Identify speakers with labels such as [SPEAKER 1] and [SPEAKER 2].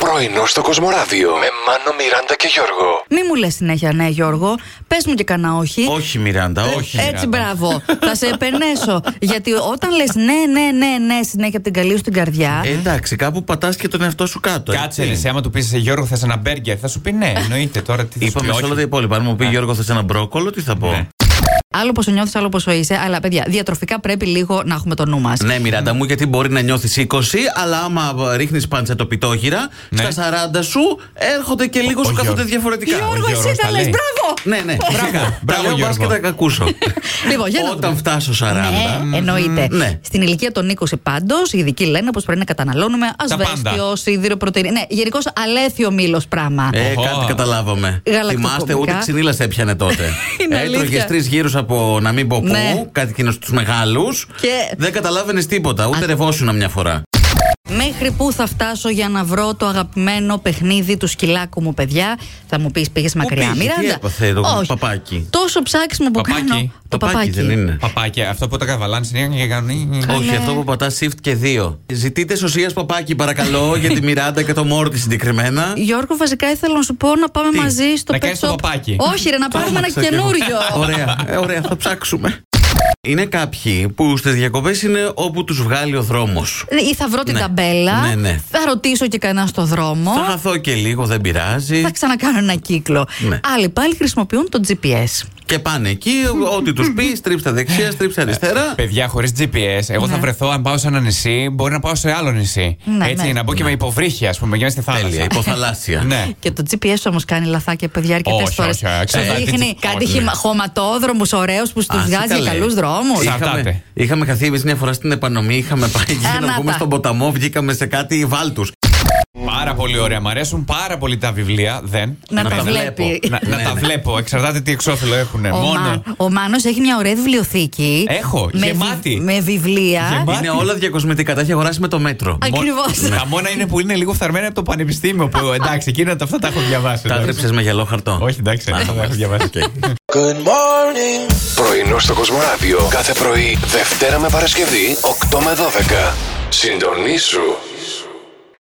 [SPEAKER 1] Πρωινό στο Κοσμοράδιο με Μάνο, Μιράντα και Γιώργο.
[SPEAKER 2] Μη μου λες συνέχεια ναι, Γιώργο. Πες μου και κανένα όχι.
[SPEAKER 3] Όχι, Μιράντα,
[SPEAKER 2] Ε,
[SPEAKER 3] όχι.
[SPEAKER 2] Έτσι, μπράβο. θα σε επενέσω. Γιατί όταν λες ναι, ναι, ναι, ναι, συνέχεια από την καλή σου την καρδιά.
[SPEAKER 3] Ε, εντάξει, κάπου πατάς και τον εαυτό σου κάτω.
[SPEAKER 4] Κάτσε, ρε,
[SPEAKER 3] έτσι.
[SPEAKER 4] σε άμα του πεις σε Γιώργο, θες ένα μπέργκερ. Θα σου πει ναι, εννοείται τώρα τι θα σου πει.
[SPEAKER 3] Είπαμε σε
[SPEAKER 4] όχι.
[SPEAKER 3] όλα τα υπόλοιπα. Αν μου πει Γιώργο, θες ένα μπρόκολο, τι θα πω.
[SPEAKER 4] Ναι.
[SPEAKER 2] Άλλο πόσο νιώθεις, άλλο πόσο είσαι. Αλλά παιδιά, διατροφικά πρέπει λίγο να έχουμε το νου μας.
[SPEAKER 3] Ναι, Μιράντα μου, γιατί μπορεί να νιώθεις 20, αλλά άμα ρίχνεις πάντσα το πιτόχυρα,
[SPEAKER 4] Ναι.
[SPEAKER 3] στα 40 σου έρχονται και λίγο
[SPEAKER 4] Ο
[SPEAKER 3] σου καθόνται
[SPEAKER 4] Γιώργος.
[SPEAKER 3] διαφορετικά.
[SPEAKER 2] Γιώργος, εσύ
[SPEAKER 4] Γιώργος
[SPEAKER 2] τα
[SPEAKER 4] τα
[SPEAKER 2] λες.
[SPEAKER 4] λέει.
[SPEAKER 2] Μπράβο!
[SPEAKER 3] Ναι, ναι, φυσικά.
[SPEAKER 4] Μπράβο,
[SPEAKER 3] Τα λέω μπας και
[SPEAKER 4] Γιώργο.
[SPEAKER 3] τα κακούσω.
[SPEAKER 2] Λοιπόν, για να
[SPEAKER 3] Όταν
[SPEAKER 2] δούμε.
[SPEAKER 3] φτάσω 40.
[SPEAKER 2] Ναι, εννοείται.
[SPEAKER 3] μ, ναι.
[SPEAKER 2] Στην ηλικία των 20 πάντως, οι ειδικοί λένε πως πρέπει να καταναλώνουμε ασβέστιο,
[SPEAKER 4] πάντα.
[SPEAKER 2] σίδηρο, πρωτενη. Ναι, γενικώς αλέθιο μήλος πράγμα.
[SPEAKER 3] Ε,
[SPEAKER 4] Οχο.
[SPEAKER 3] κάτι καταλάβαμε.
[SPEAKER 2] Γαλακτοκομικά.
[SPEAKER 3] Θυμάστε, ούτε ξυνήλα σε έπιανε τότε. Ε,
[SPEAKER 2] Είναι αλήθεια.
[SPEAKER 3] Έτρωγες τρεις γύρους από να μην πω πού,
[SPEAKER 2] Ναι.
[SPEAKER 3] κάτι εκείνος τους μεγάλους.
[SPEAKER 2] Και-
[SPEAKER 3] Δεν καταλάβαινες τίποτα, ούτε ρευόσουνα μια φορά.
[SPEAKER 2] Μέχρι πού θα φτάσω για να βρω το αγαπημένο παιχνίδι του σκυλάκου μου, παιδιά. Θα μου πεις, πήγες μακριά,
[SPEAKER 3] πήγε,
[SPEAKER 2] Μιράντα.
[SPEAKER 3] τι έπαθε το
[SPEAKER 2] Όχι.
[SPEAKER 3] παπάκι.
[SPEAKER 2] Τόσο ψάξιμο που
[SPEAKER 4] Παπάκι.
[SPEAKER 2] κάνω. Το παπάκι.
[SPEAKER 3] δεν είναι.
[SPEAKER 4] Παπάκια, αυτό που τα καβαλάνε είναι για κανονί.
[SPEAKER 2] ναι.
[SPEAKER 3] Όχι, αυτό που πατάς shift και 2. Ζητείτε σωσίας παπάκι, παρακαλώ, για τη Μιράντα και το Μόρτι συγκεκριμένα.
[SPEAKER 2] Γιώργο, βασικά ήθελα να σου πω να πάμε μαζί στο
[SPEAKER 4] να
[SPEAKER 2] pet
[SPEAKER 4] κάνεις το
[SPEAKER 2] shop.
[SPEAKER 4] παπάκι.
[SPEAKER 2] Όχι, ρε, να πάρουμε ένα
[SPEAKER 3] Τρόμαξα κι εγώ.
[SPEAKER 2] καινούριο.
[SPEAKER 3] Ωραία, ε, ωραία, θα ψάξουμε. Είναι κάποιοι που στις διακοπές είναι όπου τους βγάλει ο δρόμος.
[SPEAKER 2] Ή θα βρω την
[SPEAKER 3] Ναι.
[SPEAKER 2] ταμπέλα.
[SPEAKER 3] Ναι, ναι.
[SPEAKER 2] Θα ρωτήσω και κανένα στο δρόμο.
[SPEAKER 3] Θα χαθώ και λίγο, δεν πειράζει.
[SPEAKER 2] Θα ξανακάνω ένα κύκλο.
[SPEAKER 3] Ναι.
[SPEAKER 2] Άλλοι πάλι χρησιμοποιούν το GPS.
[SPEAKER 3] Και πάνε εκεί, ό,τι τους πει, στρίψτε δεξιά, στρίψτε αριστερά.
[SPEAKER 4] Παιδιά, χωρίς GPS, εγώ θα βρεθώ αν πάω σε ένα νησί, μπορεί να πάω σε άλλο νησί.
[SPEAKER 2] Ναι,
[SPEAKER 4] Έτσι,
[SPEAKER 2] ναι.
[SPEAKER 4] να μπω και με υποβρύχια, ας πούμε, για να στη
[SPEAKER 3] Τέλεια,
[SPEAKER 4] θάλασσα.
[SPEAKER 3] υποθαλάσσια.
[SPEAKER 4] Ναι.
[SPEAKER 2] Και το GPS όμως κάνει λαθάκια, παιδιά, αρκετές
[SPEAKER 4] Όχι,
[SPEAKER 2] φορές.
[SPEAKER 4] όχι, όχι,
[SPEAKER 2] Σου
[SPEAKER 4] εξαρτάται
[SPEAKER 2] δείχνει
[SPEAKER 4] τι-
[SPEAKER 2] κάτι
[SPEAKER 4] όχι.
[SPEAKER 2] χυμα- χωματόδρομους ωραίους που του
[SPEAKER 3] Α,
[SPEAKER 2] βγάζει για
[SPEAKER 3] καλέ.
[SPEAKER 2] καλούς δρόμους.
[SPEAKER 4] Ξα-
[SPEAKER 3] Είχαμε,
[SPEAKER 4] Εξαρτάται.
[SPEAKER 3] είχαμε χαθεί εμεί μια φορά στην επανομή, είχαμε πάει εκεί
[SPEAKER 2] Ανάτα.
[SPEAKER 3] να πούμε στον ποταμό, βγήκαμε σε κάτι βάλτους.
[SPEAKER 4] Πάρα πολύ ωραία. Μ' αρέσουν πάρα πολύ τα βιβλία. Δεν.
[SPEAKER 2] Να
[SPEAKER 3] Να
[SPEAKER 2] τα
[SPEAKER 3] τα
[SPEAKER 2] βλέπει.
[SPEAKER 3] βλέπω.
[SPEAKER 4] Να, να
[SPEAKER 3] Ναι,
[SPEAKER 4] τα
[SPEAKER 3] ναι.
[SPEAKER 4] βλέπω. Εξαρτάται τι εξώφυλλο έχουν.
[SPEAKER 2] Ο,
[SPEAKER 4] Μόνο.
[SPEAKER 2] Μάν, ο Μάνος έχει μια ωραία βιβλιοθήκη.
[SPEAKER 4] Έχω,
[SPEAKER 2] με,
[SPEAKER 4] γεμάτη.
[SPEAKER 2] με βιβλία.
[SPEAKER 4] Γεμάτη.
[SPEAKER 3] Είναι όλα διακοσμητικά, τα έχει αγοράσει με το μέτρο.
[SPEAKER 2] Α, Ακριβώς.
[SPEAKER 4] Μο- Τα μόνα είναι που είναι λίγο φθαρμένα από το πανεπιστήμιο. Που εντάξει, εκείνα τα αυτά τα έχω διαβάσει.
[SPEAKER 3] Τα
[SPEAKER 4] εντάξει.
[SPEAKER 3] έτρεψες με γυαλό χαρτό.
[SPEAKER 4] Όχι, εντάξει,
[SPEAKER 3] Α,
[SPEAKER 4] τα έχω διαβάσει.
[SPEAKER 1] Πρωινό στο Κοσμοράδιο κάθε πρωί, Δευτέρα με Παρασκευή, 8 με 12. Συντονίσου